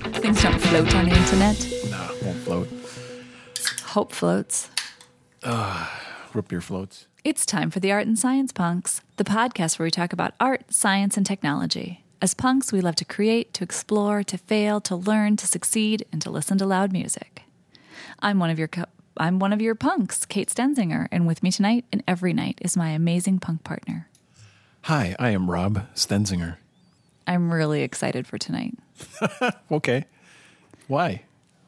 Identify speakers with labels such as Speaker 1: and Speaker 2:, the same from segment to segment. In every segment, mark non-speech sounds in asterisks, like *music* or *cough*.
Speaker 1: Things don't float on the internet.
Speaker 2: No, it won't float.
Speaker 1: Hope floats.
Speaker 2: Root beer floats.
Speaker 1: It's time for the Art and Science Punks, the podcast where we talk about art, science, and technology. As punks, we love to create, to explore, to fail, to learn, to succeed, and to listen to loud music. I'm one of your co- I'm one of your punks, Kate Stenzinger, and with me tonight and every night is my amazing punk partner.
Speaker 2: Hi, I am Rob Stenzinger.
Speaker 1: I'm really excited for tonight.
Speaker 2: Okay. Why?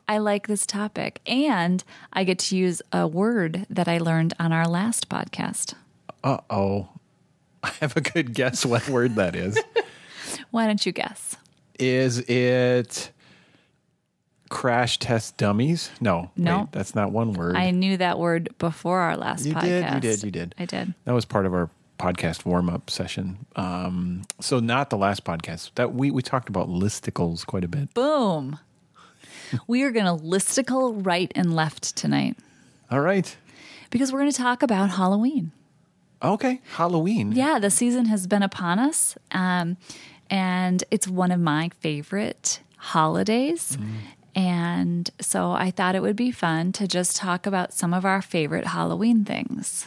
Speaker 1: I like this topic, and I get to use a word that I learned on our last podcast.
Speaker 2: Uh oh. *laughs* I have a good guess what word that
Speaker 1: *laughs*
Speaker 2: is.
Speaker 1: Why don't you guess?
Speaker 2: Is it crash test dummies? No.
Speaker 1: No.
Speaker 2: Wait, that's not one word.
Speaker 1: I knew that word before our last
Speaker 2: you
Speaker 1: podcast.
Speaker 2: did, you did, you did.
Speaker 1: I did.
Speaker 2: That was part of our podcast warm up session. Um, so not the last podcast. That we we talked about listicles quite a bit. *laughs*
Speaker 1: Boom. we are going to listicle right and left tonight
Speaker 2: All right.
Speaker 1: because we're going to talk about Halloween.
Speaker 2: Okay. Halloween.
Speaker 1: Yeah, the season has been upon us, um, and it's one of my favorite holidays.
Speaker 2: Mm.
Speaker 1: And so I thought it would be fun to just talk about some of our favorite Halloween things.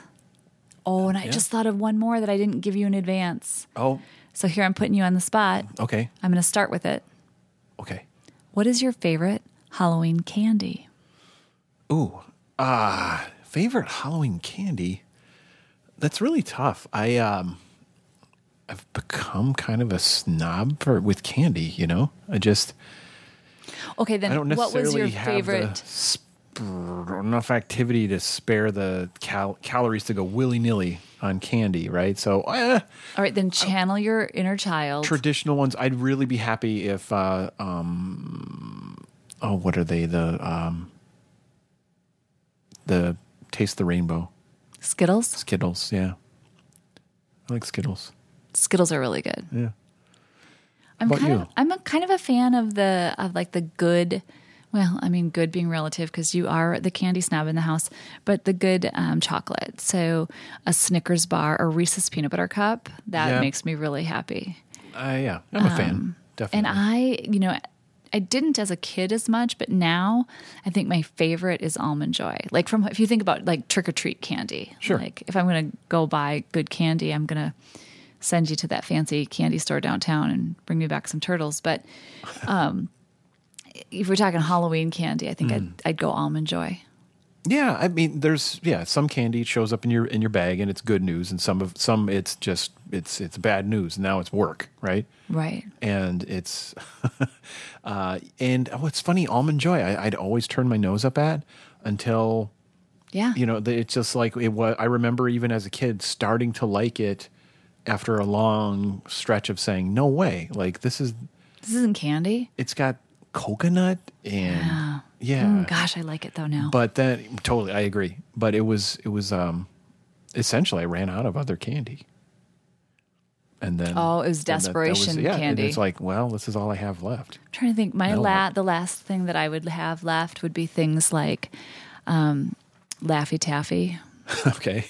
Speaker 1: Oh, and I just thought of one more that I didn't give you in advance.
Speaker 2: Oh,
Speaker 1: So here I'm putting you on the spot.
Speaker 2: okay.
Speaker 1: I'm going to start with it.
Speaker 2: Okay.
Speaker 1: What is your favorite Halloween candy?
Speaker 2: Ooh, ah, favorite Halloween candy. That's really tough. I um, I've become kind of a snob for with candy. You know, I just
Speaker 1: Okay,
Speaker 2: I don't
Speaker 1: then what
Speaker 2: necessarily
Speaker 1: was your
Speaker 2: have the
Speaker 1: favorite?
Speaker 2: sp- enough activity to spare the cal- calories to go willy nilly on candy, right? So eh,
Speaker 1: All right, then channel your inner child.
Speaker 2: traditional ones. I'd really be happy if uh, um, oh, what are they? The um, the taste the rainbow.
Speaker 1: Skittles?
Speaker 2: Skittles, yeah. I like Skittles.
Speaker 1: Skittles are really good.
Speaker 2: Yeah.
Speaker 1: I'm
Speaker 2: about
Speaker 1: kind
Speaker 2: you?
Speaker 1: of I'm a kind of a fan of the of like the good well, I mean good being relative because you are the candy snob in the house, but the good um, chocolate. So a Snickers bar or Reese's peanut butter cup, that
Speaker 2: Yeah.
Speaker 1: makes me really happy.
Speaker 2: Uh, yeah. I'm a fan.
Speaker 1: Um, And
Speaker 2: Definitely.
Speaker 1: I, you know, I didn't as a kid as much, but now I think my favorite is almond joy. Like from if you think about like trick or treat candy.
Speaker 2: Sure.
Speaker 1: Like if I'm going to go buy good candy, I'm going to send you to that fancy candy store downtown and bring me back some turtles.
Speaker 2: *laughs*
Speaker 1: But um, if we're talking Halloween candy, I think
Speaker 2: Mm.
Speaker 1: I'd, I'd go almond joy.
Speaker 2: yeah, I mean there's yeah, some candy shows up in your in your bag and it's good news and some of some it's just it's it's bad news. Now it's work, right?
Speaker 1: Right.
Speaker 2: And it's *laughs* uh and oh it's funny, almond joy I, I'd always turn my nose up at until
Speaker 1: Yeah.
Speaker 2: you know the- it's just like it was i remember even as a kid starting to like it after a long stretch of saying no way like this is
Speaker 1: this isn't candy.
Speaker 2: it's got coconut and yeah,
Speaker 1: Mm, gosh, I like it though now.
Speaker 2: but then totally i agree but it was it was um essentially i ran out of other candy and then
Speaker 1: Oh, it was
Speaker 2: and that- that was-
Speaker 1: desperation
Speaker 2: yeah, and
Speaker 1: candy.
Speaker 2: it's like well this is all i have left *laughs*
Speaker 1: trying to think my
Speaker 2: Metal
Speaker 1: la-
Speaker 2: Heart.
Speaker 1: the last thing that I would have left would be things like um, Laffy Taffy.
Speaker 2: okay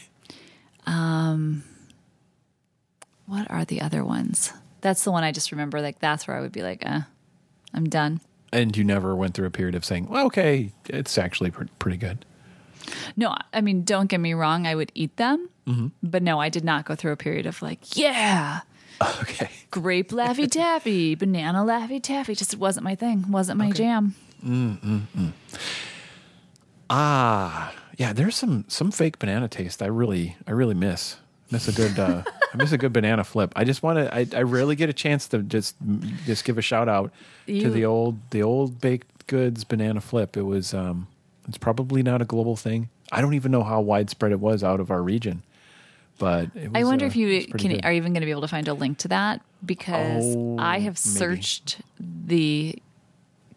Speaker 1: What are the other ones? That's the one I just remember. Like that's where I would be like, uh, I'm done.
Speaker 2: and you never went through a period of saying well okay it's actually pre- pretty good *laughs*
Speaker 1: No, I mean, don't get me wrong. I would eat them, but no, I did not go through a period of like, yeah,
Speaker 2: okay
Speaker 1: grape Laffy Taffy, banana Laffy Taffy. Just it wasn't my thing. Wasn't my jam.
Speaker 2: Ah, yeah. There's some some fake banana taste. I really I really miss miss a good uh, I miss a good banana flip. I just want to. I, I rarely get a chance to just just give a shout out to
Speaker 1: You-
Speaker 2: the old the old baked goods banana flip. It was um it's probably not a global thing. I don't even know how widespread it was out of our region, but it was,
Speaker 1: I wonder
Speaker 2: uh,
Speaker 1: if
Speaker 2: it
Speaker 1: you
Speaker 2: was pretty
Speaker 1: can
Speaker 2: good.
Speaker 1: are even going to be able to find a link to that because
Speaker 2: Oh,
Speaker 1: I have
Speaker 2: maybe.
Speaker 1: searched the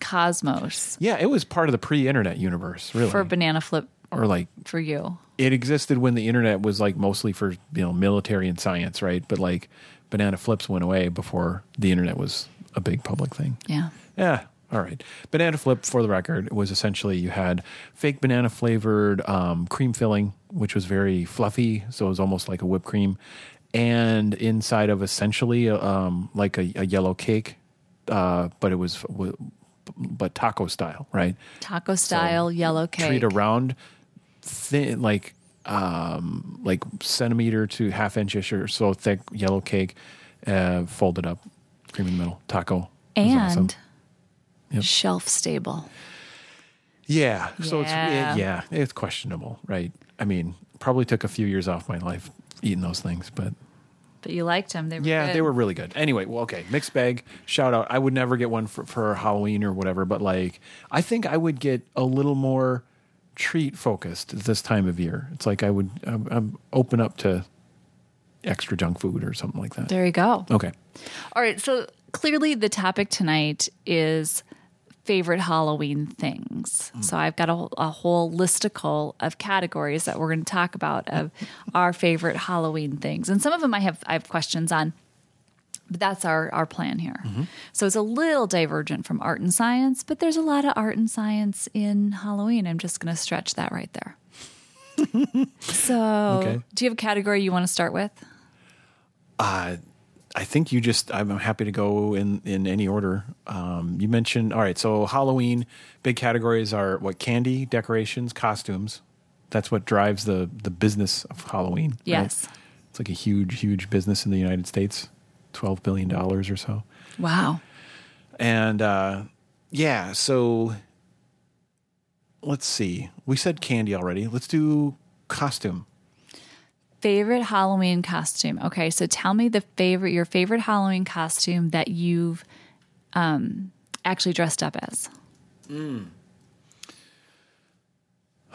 Speaker 1: cosmos
Speaker 2: yeah, it was part of the pre-internet universe, really,
Speaker 1: for banana flip
Speaker 2: or like
Speaker 1: for you.
Speaker 2: it existed when the internet was like mostly for you know military and science, right? But like banana flips went away before the internet was a big public thing.
Speaker 1: Yeah.
Speaker 2: Yeah. All right. Banana flip, for the record, was essentially you had fake banana flavored um, cream filling, which was very fluffy. So it was almost like a whipped cream. And inside of essentially um, like a, a yellow cake, uh, but it was w- but taco style, right?
Speaker 1: Taco style yellow cake.
Speaker 2: Treat a round, thin, like um, like centimeter to half inch ish or so thick yellow cake, uh, folded up, cream in the middle, taco. It was
Speaker 1: and
Speaker 2: awesome.
Speaker 1: shelf stable.
Speaker 2: yeah, so it's
Speaker 1: Yeah.
Speaker 2: it, yeah, it's questionable, right? I mean, probably took a few years off my life eating those things, but
Speaker 1: But you liked them. They were
Speaker 2: Yeah, they
Speaker 1: good.
Speaker 2: were really good. Anyway, well, okay, mixed bag. Shout out. I would never get one for, for Halloween or whatever, but like, I think I would get a little more treat focused this time of year. It's like I would um, um, open up to extra junk food or something like that.
Speaker 1: There you go.
Speaker 2: Okay,
Speaker 1: All right. So clearly, the topic tonight is favorite Halloween things. So I've got a, a whole listicle of categories that we're going to talk about of our favorite Halloween things, and some of them I have I have questions on. But that's our our plan here. So it's a little divergent from art and science, but there's a lot of art and science in Halloween. I'm just going to stretch that right there. so,
Speaker 2: Okay.
Speaker 1: do you have a category you want to start with?
Speaker 2: uh, I think you just. I'm happy to go in in any order. Um, you mentioned all right. So Halloween big categories are what candy, decorations, costumes. That's what drives the the business of Halloween. right?
Speaker 1: Yes.
Speaker 2: It's like a huge, huge business in the United States, twelve billion dollars or so.
Speaker 1: Wow.
Speaker 2: And uh, yeah, so let's see. We said candy already. Let's do costume.
Speaker 1: favorite Halloween costume. Okay, so tell me the favorite your favorite Halloween costume that you've um, actually dressed up as.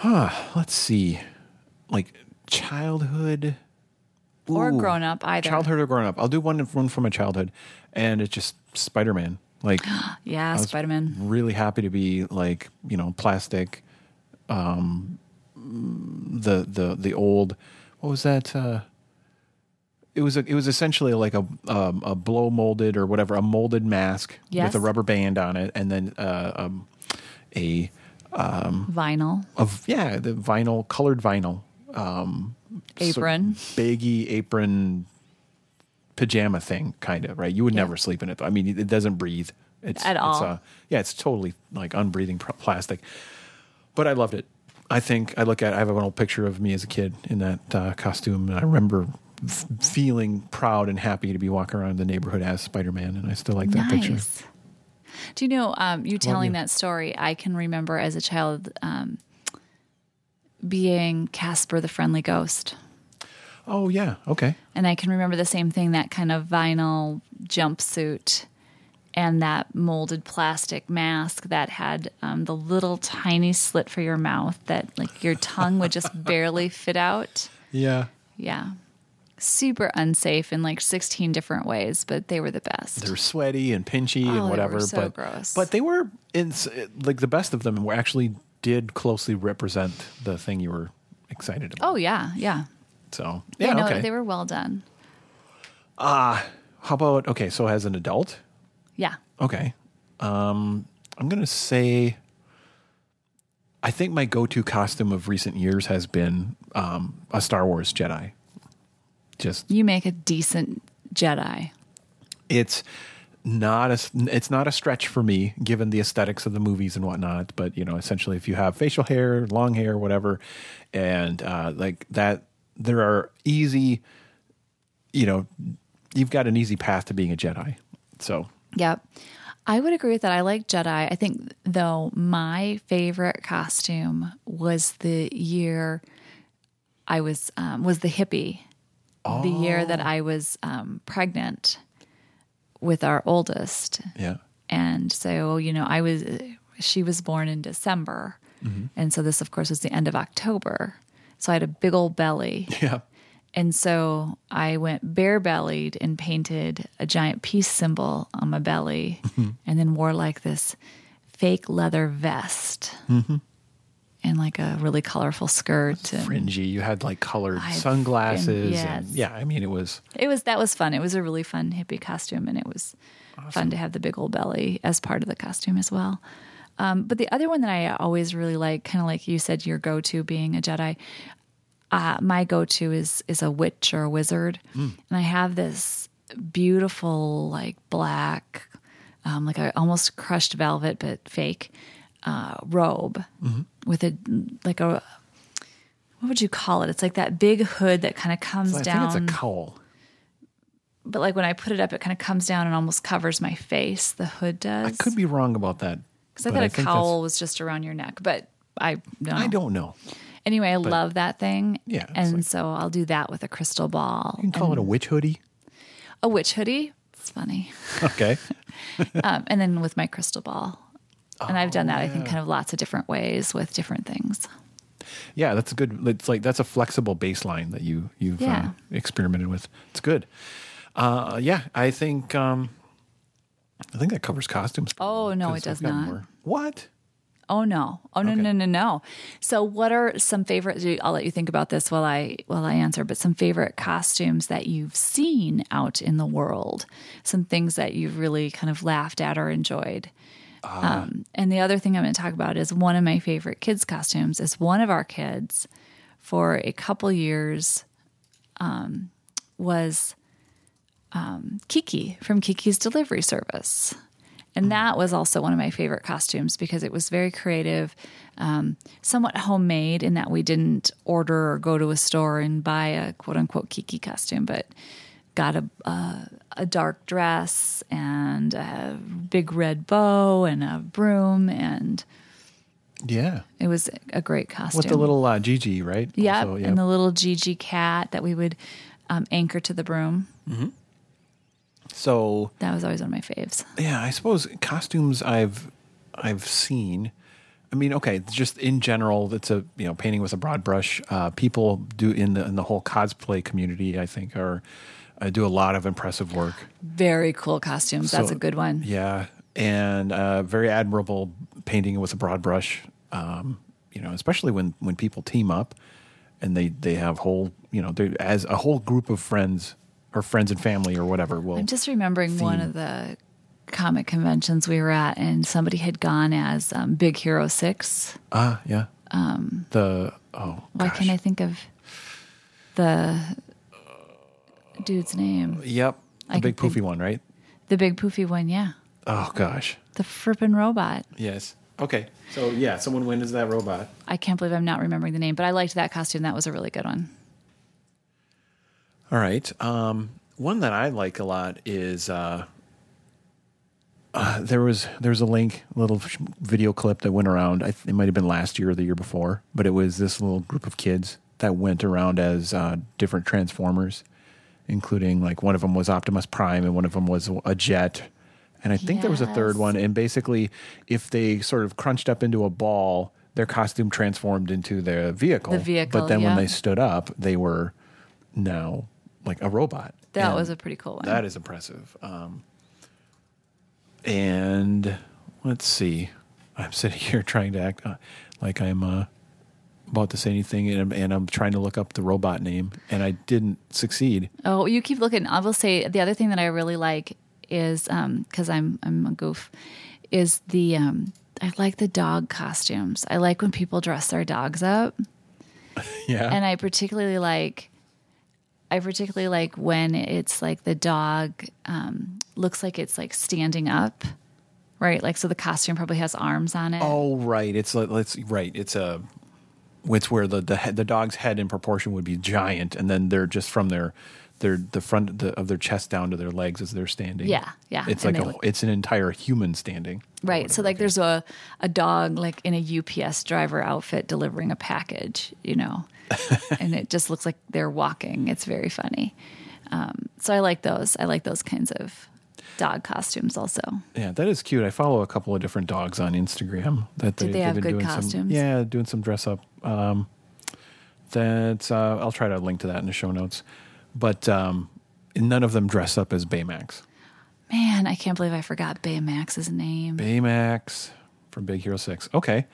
Speaker 2: Let's see, like childhood
Speaker 1: Or
Speaker 2: Ooh.
Speaker 1: grown up either.
Speaker 2: Childhood or grown up. I'll do one one from my childhood, and it's just Spider Man.
Speaker 1: *gasps*
Speaker 2: Like
Speaker 1: Yeah, Spider Man.
Speaker 2: really happy to be like you know plastic, um, the the the old what was that? Uh, it was a, it was essentially like a um, a blow molded or whatever a molded mask
Speaker 1: Yes.
Speaker 2: with a rubber band on it, and then uh, um, a Mm-hmm.
Speaker 1: Vinyl.
Speaker 2: of yeah the vinyl colored vinyl
Speaker 1: Apron.
Speaker 2: baggy apron pajama thing kind of right you would never sleep in it i mean it doesn't breathe it's
Speaker 1: At all.
Speaker 2: it's, uh, yeah it's totally like unbreathing pr- plastic but i loved it i think i look at i have an old picture of me as a kid in that uh, costume and i remember f- feeling proud and happy to be walking around the neighborhood as spider-man and i still like that picture
Speaker 1: Nice. Do you know um, you telling
Speaker 2: you.
Speaker 1: that story? I can remember as a child um, being Casper the Friendly Ghost.
Speaker 2: oh yeah okay
Speaker 1: And I can remember the same thing that kind of vinyl jumpsuit and that molded plastic mask that had um, the little tiny slit for your mouth that like your tongue would
Speaker 2: *laughs*
Speaker 1: just barely fit out.
Speaker 2: yeah
Speaker 1: Yeah. Super unsafe in like 16 different ways, but they were the best.
Speaker 2: they were sweaty and pinchy
Speaker 1: Oh, they were
Speaker 2: and whatever.
Speaker 1: so
Speaker 2: but
Speaker 1: gross.
Speaker 2: but they were in like the best of them were actually did closely represent the thing you were excited about.
Speaker 1: oh, yeah. Yeah.
Speaker 2: So yeah,
Speaker 1: Oh. no,
Speaker 2: okay.
Speaker 1: they were well done.
Speaker 2: How about okay? So as an adult,
Speaker 1: Yeah.
Speaker 2: okay, um, I'm gonna say. I think my go-to costume of recent years has been um, a Star Wars Jedi. Just
Speaker 1: You make a decent Jedi.
Speaker 2: it's not a it's not a stretch for me given the aesthetics of the movies and whatnot but you know essentially if you have facial hair long hair whatever and uh like that there are easy you know you've got an easy path to being a jedi so
Speaker 1: Yep. I would agree with that. I like Jedi. I think, though, my favorite costume was the year I was um, was the hippie. The year that I was um, pregnant with our oldest,
Speaker 2: yeah
Speaker 1: and so you know, I was she was born in December, and so this, of course, was the end of October. So I had a big old belly.
Speaker 2: yeah
Speaker 1: And so I went bare bellied and painted a giant peace symbol on my belly and then wore like this fake leather vest and like a really colorful skirt. And
Speaker 2: fringy you had like colored
Speaker 1: I've
Speaker 2: sunglasses
Speaker 1: been-
Speaker 2: and
Speaker 1: yes.
Speaker 2: yeah i mean it was
Speaker 1: it was that was fun. It was a really fun hippie costume and it was fun to have the big old belly as part of the costume as well. Um, but the other one that I always really like, kind of like you said, your go to being a Jedi, uh, my go-to is is a witch or a
Speaker 2: Mm.
Speaker 1: wizard, and I have this beautiful like black um, like a almost crushed velvet but fake uh, robe
Speaker 2: Mm-hmm.
Speaker 1: with a like a what would you call it? It's like that big hood that kind of comes
Speaker 2: I
Speaker 1: down
Speaker 2: think it's a cowl.
Speaker 1: but like when I put it up, it kind of comes down and almost covers my face. The hood
Speaker 2: I
Speaker 1: does.
Speaker 2: could be wrong about that.
Speaker 1: Because I
Speaker 2: but
Speaker 1: thought a
Speaker 2: think that's-
Speaker 1: cowl was just around your neck, but I no.
Speaker 2: I don't know.
Speaker 1: anyway, I love that thing.
Speaker 2: Yeah, it's
Speaker 1: And so I'll do that with a crystal ball,
Speaker 2: You can call it a witch hoodie. *laughs*
Speaker 1: a witch hoodie. It's funny.
Speaker 2: Okay.
Speaker 1: Um, and then with my crystal ball. And I've done that, I
Speaker 2: Oh,
Speaker 1: think, kind of lots of different ways with different things.
Speaker 2: Yeah, that's a good. It's like that's a flexible baseline that you you've
Speaker 1: Yeah.
Speaker 2: uh, experimented with. It's good. Uh, yeah, I think um, I think that covers costumes. pretty
Speaker 1: Oh,
Speaker 2: well,
Speaker 1: no,
Speaker 2: 'cause
Speaker 1: it does
Speaker 2: I've got
Speaker 1: not.
Speaker 2: What?
Speaker 1: Oh no! Oh no!
Speaker 2: Okay.
Speaker 1: No! No! No! So, what are some favorite? I'll let you think about this while I while I answer. But some favorite costumes that you've seen out in the world, some things that you've really kind of laughed at or enjoyed. um, and the other thing I'm going to talk about is one of my favorite kids' costumes is one of our kids for a couple years um, was um, Kiki from Kiki's Delivery Service.
Speaker 2: Mm-hmm.
Speaker 1: And that was also one of my favorite costumes because it was very creative, um, somewhat homemade in that we didn't order or go to a store and buy a quote unquote Kiki costume, but got a, a, a dark dress and a big red bow and a broom. And
Speaker 2: Yeah,
Speaker 1: it was a great costume.
Speaker 2: with the little uh, Gigi, right?
Speaker 1: Yep,
Speaker 2: Also,
Speaker 1: and the little Gigi cat that we would um, anchor to the broom.
Speaker 2: so
Speaker 1: That was always one of my faves.
Speaker 2: yeah, I suppose costumes I've I've seen. I mean, okay, just in general, that's a you know painting with a broad brush. Uh, people do in the in the whole cosplay community, I think, are uh, do a lot of impressive work.
Speaker 1: Very cool costumes. That's
Speaker 2: So-
Speaker 1: a good one.
Speaker 2: Yeah, and uh, very admirable painting with a broad brush. Um, you know, especially when when people team up and they they have whole you know they as a whole group of friends or friends and family or whatever. Well,
Speaker 1: I'm just remembering one of the comic conventions we were at, and somebody had gone as um, Big Hero Six.
Speaker 2: ah, yeah. Um, the oh,
Speaker 1: Why
Speaker 2: gosh.
Speaker 1: can't I think of the dude's name?
Speaker 2: Yep,
Speaker 1: I can
Speaker 2: the big
Speaker 1: think-
Speaker 2: poofy one, right?
Speaker 1: The big poofy one, yeah.
Speaker 2: Oh gosh,
Speaker 1: The frippin' robot.
Speaker 2: yes. Okay, so yeah, someone wins that robot.
Speaker 1: I can't believe I'm not remembering the name, but I liked that costume. That was a really good one.
Speaker 2: All right. Um, one that I like a lot is uh, uh, there was there was a link, a little sh- video clip that went around. I th- it might have been last year or the year before, but it was this little group of kids that went around as uh, different transformers, including like one of them was Optimus Prime and one of them was a jet. And I think there was a third
Speaker 1: Yes.
Speaker 2: one. And basically, if they sort of crunched up into a ball, their costume transformed into their vehicle.
Speaker 1: vehicle,
Speaker 2: But then when
Speaker 1: yeah.
Speaker 2: they stood up, they were now like a robot.
Speaker 1: That
Speaker 2: And
Speaker 1: was a pretty cool one.
Speaker 2: that is impressive. Um, and let's see, I'm sitting *laughs* here trying to act uh, like I'm uh, about to say anything, and I'm, and I'm trying to look up the robot name, and I didn't succeed.
Speaker 1: Oh, you keep looking. I will say the other thing that I really like is because I'm I'm a goof is the um, I like the dog costumes. I like when people dress their dogs up,
Speaker 2: Yeah,
Speaker 1: and I particularly like I particularly like when it's like the dog um, looks like it's like standing up, right? Like so the costume probably has arms on it.
Speaker 2: oh right, it's like let's right, it's a. It's where the the, head, the dog's head in proportion would be giant, and then they're just from their their the front of, the, of their chest down to their legs as they're standing.
Speaker 1: Yeah, yeah,
Speaker 2: It's
Speaker 1: and
Speaker 2: like a,
Speaker 1: they
Speaker 2: whole- it's an entire human standing. or
Speaker 1: Right. So
Speaker 2: whatever,
Speaker 1: like
Speaker 2: okay.
Speaker 1: there's a, a dog like in a UPS driver outfit delivering a package, you
Speaker 2: *laughs*
Speaker 1: know, and it just looks like they're walking. It's very funny. Um, so I like those. I like those kinds of dog costumes also.
Speaker 2: Yeah, that is cute. I follow a couple of different dogs on Instagram. That they,
Speaker 1: they have
Speaker 2: been
Speaker 1: good
Speaker 2: doing Some,
Speaker 1: costumes?
Speaker 2: yeah, doing some dress up. Um, that's uh, I'll try to link to that in the show notes. But um, none of them dress up as Baymax.
Speaker 1: Man, I can't believe I forgot Baymax's name.
Speaker 2: Baymax from Big Hero Six. Okay,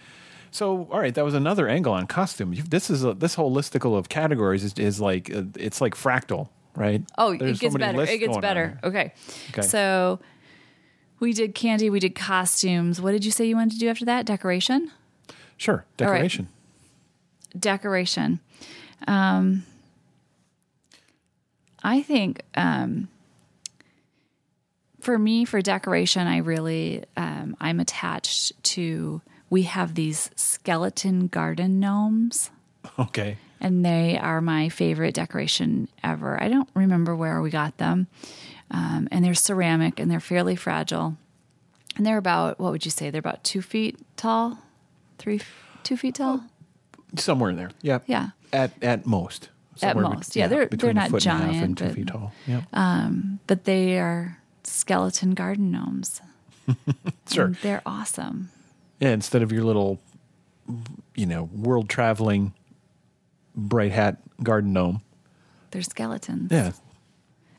Speaker 2: so all right, that was another angle on costume. You've, this is a, this whole listicle of categories is, is like uh, it's like fractal, right?
Speaker 1: Oh, it
Speaker 2: There's so
Speaker 1: gets
Speaker 2: many
Speaker 1: better.
Speaker 2: lists
Speaker 1: It gets
Speaker 2: going on
Speaker 1: better.
Speaker 2: here.
Speaker 1: Okay.
Speaker 2: Okay.
Speaker 1: So we did candy, we did costumes. What did you say you wanted to do after that? Decoration?
Speaker 2: Sure,
Speaker 1: right.
Speaker 2: decoration. *laughs*
Speaker 1: decoration. Um, I think um, for me for decoration i really um, i'm attached to we have these skeleton garden gnomes
Speaker 2: Okay.
Speaker 1: and they are my favorite decoration ever i don't remember where we got them um, and they're ceramic and they're fairly fragile and they're about what would you say they're about two feet tall three two feet tall
Speaker 2: Somewhere in there. Yeah.
Speaker 1: Yeah.
Speaker 2: At at most.
Speaker 1: At
Speaker 2: bet-
Speaker 1: most. Yeah, they're-
Speaker 2: between
Speaker 1: they're not
Speaker 2: a foot and a half
Speaker 1: giant,
Speaker 2: and two
Speaker 1: but- uh,
Speaker 2: feet tall. Yeah.
Speaker 1: but they are skeleton garden gnomes
Speaker 2: *laughs* sure.
Speaker 1: And they're awesome
Speaker 2: Yeah, instead of your little, you know, world traveling, bright hat garden gnome.
Speaker 1: they're skeletons
Speaker 2: Yeah.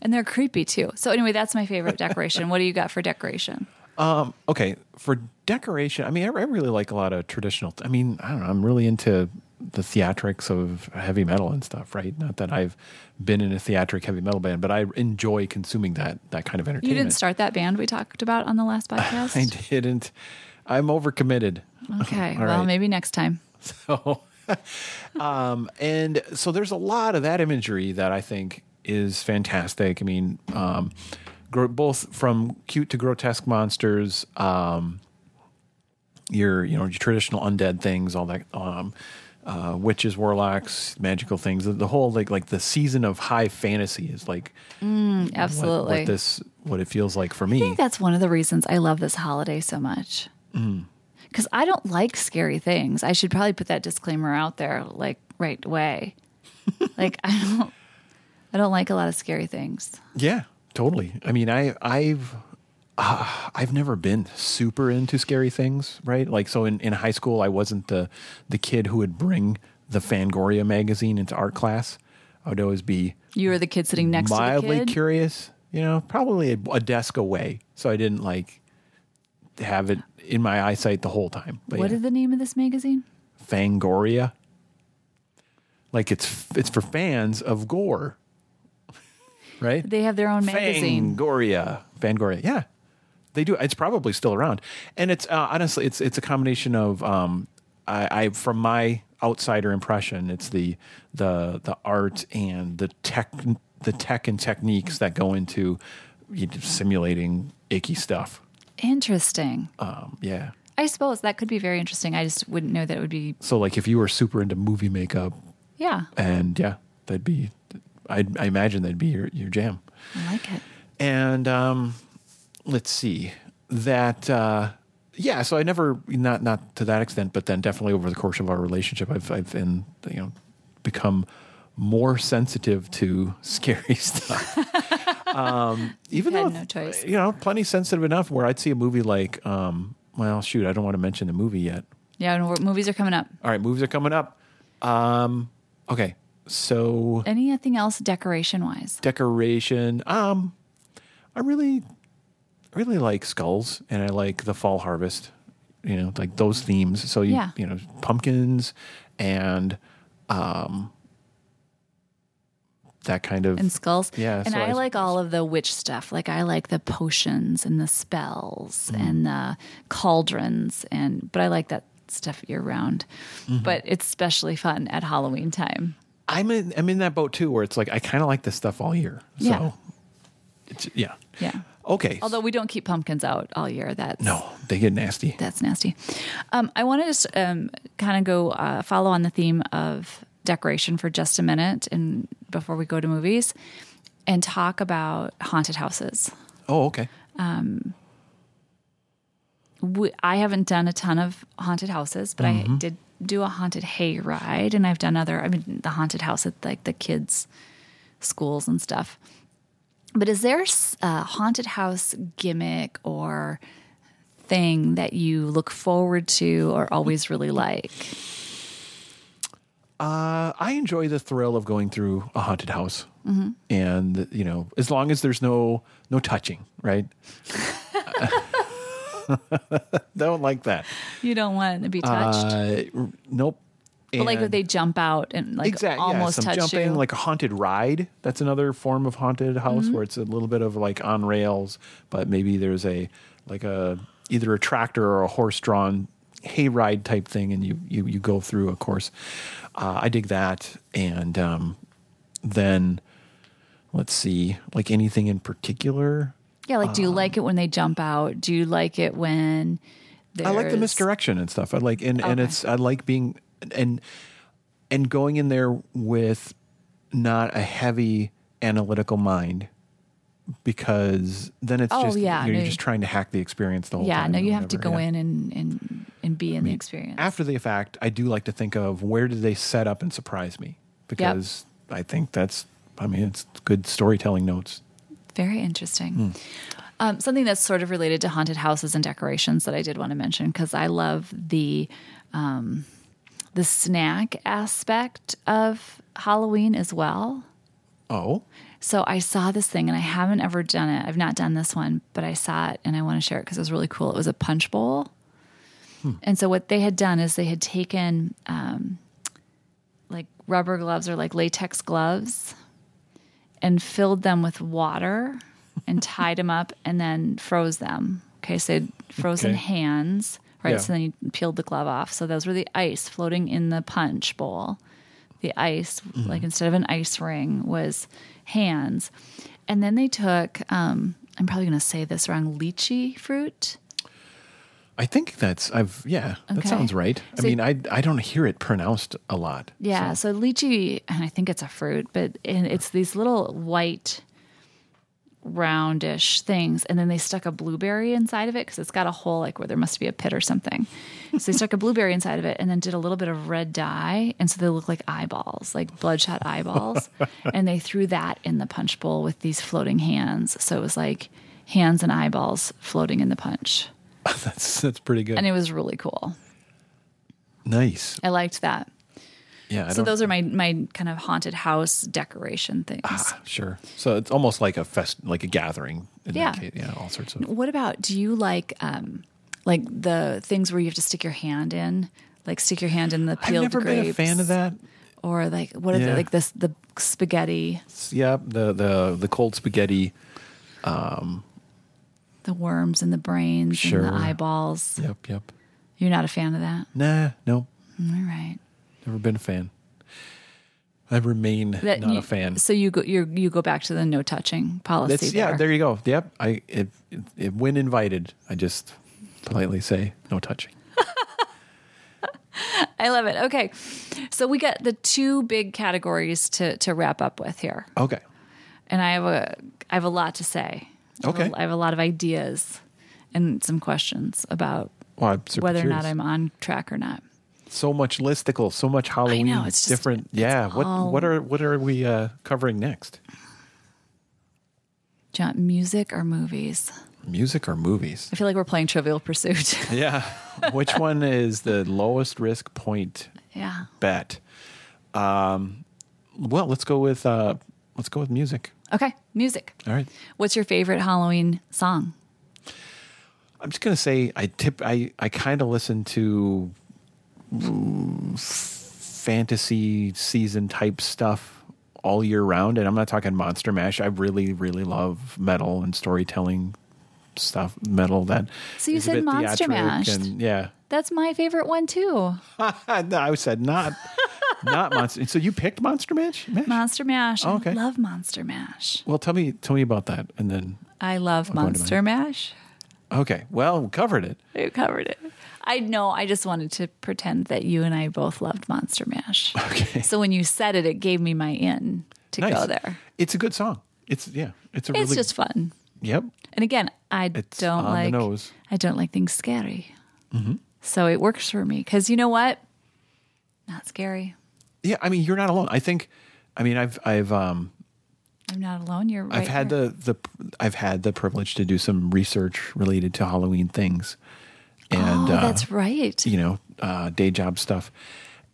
Speaker 1: And they're creepy too. So anyway, that's my favorite decoration. what do you got for decoration?
Speaker 2: Okay. For decoration, I mean, I, I really like a lot of traditional. I mean, I don't know. I'm really into the theatrics of heavy metal and stuff, right? Not that I've been in a theatric heavy metal band, but I enjoy consuming that that kind of entertainment.
Speaker 1: You didn't start that band we talked about on the last podcast.
Speaker 2: *laughs* I didn't. I'm overcommitted.
Speaker 1: Okay.
Speaker 2: All
Speaker 1: well,
Speaker 2: right.
Speaker 1: maybe next time.
Speaker 2: So, *laughs* um, and so there's a lot of that imagery that I think is fantastic. I mean, um, gro- both from cute to grotesque monsters, um, your you know your traditional undead things, all that, um, uh, witches, warlocks, magical things. The, the whole like like the season of high fantasy is like what-
Speaker 1: Absolutely.
Speaker 2: what, this what it feels like for me.
Speaker 1: I think that's one of the reasons I love this holiday so much. Because I don't like scary things. I should probably put that disclaimer out there, like right
Speaker 2: *laughs*
Speaker 1: away. like I don't, I don't like a lot of scary things.
Speaker 2: Yeah, totally. I mean, I I've uh, I've never been super into scary things, right? Like so in, in high school I wasn't the the kid who would bring the Fangoria magazine into art class. I would always be
Speaker 1: You were the kid sitting next to the
Speaker 2: mildly
Speaker 1: kid.
Speaker 2: curious, you know, probably a, a desk away. So I didn't like have it in my eyesight the whole time. But
Speaker 1: What
Speaker 2: yeah.
Speaker 1: is the name of this magazine?
Speaker 2: Fangoria? Like it's it's for fans of gore. *laughs* right?
Speaker 1: They have their own magazine.
Speaker 2: Fangoria. Fangoria. Yeah, they do. It's probably still around, and it's uh, honestly, it's it's a combination of um, I, I from my outsider impression, it's the the the art and the tech the tech and techniques that go into you know, simulating icky stuff.
Speaker 1: Interesting.
Speaker 2: Um, yeah.
Speaker 1: I suppose that could be very interesting. I just wouldn't know that it would be.
Speaker 2: So like, if you were super into movie makeup,
Speaker 1: Yeah,
Speaker 2: and yeah, that'd be, I I imagine that'd be your your jam.
Speaker 1: I like it.
Speaker 2: and um, let's see that uh, yeah so i never not not to that extent but then definitely over the course of our relationship i've i've been you know become more sensitive to *laughs* scary stuff um, even
Speaker 1: Had
Speaker 2: though
Speaker 1: no choice.
Speaker 2: you know plenty sensitive enough where i'd see a movie like um, well shoot i don't want to mention the movie yet
Speaker 1: Yeah, and we're- movies are coming up.
Speaker 2: all right movies are coming up um, okay so
Speaker 1: Anything else decoration wise?
Speaker 2: decoration. Um, I really, really like skulls, and I like the fall harvest. You know, like those themes. So you,
Speaker 1: Yeah.
Speaker 2: you know, pumpkins and um, that kind of
Speaker 1: And skulls.
Speaker 2: Yeah,
Speaker 1: and
Speaker 2: so
Speaker 1: I,
Speaker 2: I
Speaker 1: like all of the witch stuff. Like I like the potions and the spells
Speaker 2: Mm-hmm.
Speaker 1: and the cauldrons, and but I like that stuff year round.
Speaker 2: Mm-hmm.
Speaker 1: But it's especially fun at Halloween time.
Speaker 2: I'm in. I'm in that boat too, where it's like I kind of like this stuff all year. So
Speaker 1: Yeah.
Speaker 2: It's, yeah.
Speaker 1: Yeah.
Speaker 2: Okay.
Speaker 1: Although we don't keep pumpkins out all year. That's
Speaker 2: no, they get nasty.
Speaker 1: That's nasty. Um, I want to just um, kind of go uh, follow on the theme of decoration for just a minute, and before we go to movies, and talk about haunted houses.
Speaker 2: Oh, okay.
Speaker 1: We, I haven't done a ton of haunted houses, but
Speaker 2: Mm-hmm.
Speaker 1: I did do a haunted hay ride, and I've done other. I mean, the haunted house at like the kids' schools and stuff. But is there s- a haunted house gimmick or thing that you look forward to or always really like?
Speaker 2: Uh, I enjoy the thrill of going through a haunted house, and you know, as long as there's no no touching,
Speaker 1: *laughs*
Speaker 2: right? *laughs* Don't like that.
Speaker 1: You don't want to be touched.
Speaker 2: Uh, r- nope.
Speaker 1: but like if
Speaker 2: And-
Speaker 1: they jump out and like
Speaker 2: exact- yeah,
Speaker 1: almost
Speaker 2: some
Speaker 1: touch
Speaker 2: jumping,
Speaker 1: you. Mm-hmm.
Speaker 2: like a haunted ride. That's another form of haunted house where it's a little bit of like on rails, but maybe there's a like a either a tractor or a horse drawn hayride type thing, and you you you go through a course. Uh, I dig that, and um, then let's see, like anything in particular.
Speaker 1: Yeah, like, do you like it when they jump out? Do you like it when
Speaker 2: I like the
Speaker 1: there's-
Speaker 2: misdirection and stuff. I like and, and
Speaker 1: Okay.
Speaker 2: it's I like being and and going in there with not a heavy analytical mind because then it's
Speaker 1: Oh,
Speaker 2: just
Speaker 1: yeah,
Speaker 2: you're,
Speaker 1: no,
Speaker 2: just trying to hack the experience the whole
Speaker 1: Yeah,
Speaker 2: time.
Speaker 1: no,
Speaker 2: or
Speaker 1: you have to
Speaker 2: whatever,
Speaker 1: go
Speaker 2: yeah.
Speaker 1: in and and and be in the experience.
Speaker 2: After the fact, I do like to think of where did they set up and surprise me because I think that's I mean it's good storytelling notes.
Speaker 1: Very interesting. Um, something that's sort of related to haunted houses and decorations that I did want to mention because I love the um, the snack aspect of Halloween as well.
Speaker 2: Oh,
Speaker 1: So I saw this thing and I haven't ever done it. I've not done this one, but I saw it and I want to share it because it was really cool. It was a punch bowl. And so what they had done is they had taken um, like rubber gloves or like latex gloves and filled them with water and tied them up and then froze them. Okay, so they'd frozen
Speaker 2: Okay.
Speaker 1: hands, right?
Speaker 2: Yeah.
Speaker 1: So then you peeled the glove off. So those were the ice floating in the punch bowl the ice, like instead of an ice ring, was hands. And then they took, um, I'm probably going to say this wrong, lychee fruit.
Speaker 2: I think that's I've yeah that
Speaker 1: Okay.
Speaker 2: sounds right. I
Speaker 1: So-
Speaker 2: mean I I don't hear it pronounced a lot.
Speaker 1: Yeah. So, lychee, and I think it's a fruit, but and it's these little white, roundish things. And then they stuck a blueberry inside of it because it's got a hole like where there must be a pit or something. so they stuck a blueberry inside of it and then did a little bit of red dye. And so they look like eyeballs, like bloodshot eyeballs. and they threw that in the punch bowl with these floating hands. So it was like hands and eyeballs floating in the punch.
Speaker 2: *laughs* that's that's pretty good.
Speaker 1: And it was really cool.
Speaker 2: nice.
Speaker 1: I liked that.
Speaker 2: Yeah. I
Speaker 1: So those are my my kind of haunted house decoration things.
Speaker 2: Ah, sure. So it's almost like a fest, like a gathering. In
Speaker 1: Yeah.
Speaker 2: That case. Yeah. All sorts of.
Speaker 1: What about do you like um like the things where you have to stick your hand in, like stick your hand in the
Speaker 2: I've
Speaker 1: peeled
Speaker 2: never been a
Speaker 1: grapes,
Speaker 2: fan of that.
Speaker 1: or like what are
Speaker 2: Yeah.
Speaker 1: the like this the spaghetti,
Speaker 2: S- Yeah. The the the cold spaghetti.
Speaker 1: the worms and the brains
Speaker 2: Sure.
Speaker 1: and the eyeballs?
Speaker 2: Yep. Yep.
Speaker 1: You're not a fan of that, Mm,
Speaker 2: Nah. No.
Speaker 1: all right?
Speaker 2: Never been a fan. I remain
Speaker 1: That
Speaker 2: not
Speaker 1: you-
Speaker 2: a fan.
Speaker 1: So you go you you go back to the no touching policy.
Speaker 2: That's yeah.
Speaker 1: there.
Speaker 2: There you go. Yep. I if, if when invited, I just politely say no touching.
Speaker 1: I love it. Okay, so we got the two big categories to to wrap up with here.
Speaker 2: Okay.
Speaker 1: and I have a I have a lot to say. I have a-
Speaker 2: Okay.
Speaker 1: I have a lot of ideas and some questions about
Speaker 2: Well, I'm super
Speaker 1: whether
Speaker 2: curious.
Speaker 1: or not I'm on track or not.
Speaker 2: so much listicle, so much Halloween,
Speaker 1: it's just-
Speaker 2: different.
Speaker 1: it's
Speaker 2: yeah. What
Speaker 1: all-
Speaker 2: what are what are we uh, covering next?
Speaker 1: Do you want music or movies?
Speaker 2: Music or movies?
Speaker 1: I feel like we're playing Trivial Pursuit. *laughs*
Speaker 2: Yeah. *laughs* Which one is the lowest risk point
Speaker 1: yeah.
Speaker 2: bet? Um, well, let's go with uh, let's go with music.
Speaker 1: Okay, music.
Speaker 2: All right.
Speaker 1: What's your favorite Halloween song?
Speaker 2: I'm just gonna say I tip I I kind of listen to mm, f- fantasy season type stuff all year round, and I'm not talking Monster Mash. I really really love metal and storytelling stuff. Metal that
Speaker 1: So you
Speaker 2: is a
Speaker 1: said
Speaker 2: bit
Speaker 1: Monster
Speaker 2: theatric
Speaker 1: Mashed.
Speaker 2: and yeah.
Speaker 1: That's my favorite one too.
Speaker 2: no, I
Speaker 1: *laughs*
Speaker 2: said not not monster. So you picked Monster Mash? Mash?
Speaker 1: Monster Mash.
Speaker 2: Oh, okay.
Speaker 1: I love Monster Mash.
Speaker 2: Well, tell me, tell me about that, and then
Speaker 1: I love
Speaker 2: going to
Speaker 1: Monster Mash.
Speaker 2: okay. Well, we covered it.
Speaker 1: I covered it. I know. I just wanted to pretend that you and I both loved Monster Mash.
Speaker 2: *laughs* Okay,
Speaker 1: So when you said it, it gave me my in to
Speaker 2: nice.
Speaker 1: go there.
Speaker 2: It's a good song. It's yeah. It's a
Speaker 1: It's
Speaker 2: really
Speaker 1: just fun.
Speaker 2: yep.
Speaker 1: And again, I
Speaker 2: It's
Speaker 1: don't
Speaker 2: on the
Speaker 1: like
Speaker 2: nose. Mm-hmm.
Speaker 1: I don't like things scary. So it works for me because you know what? Not scary.
Speaker 2: Yeah, I mean you're not alone. I think, I mean I've I've um
Speaker 1: I'm not alone. You're right.
Speaker 2: I've had the the I've had the privilege to do some research related to Halloween things, and
Speaker 1: Oh,
Speaker 2: uh,
Speaker 1: that's right.
Speaker 2: you know uh, day job stuff,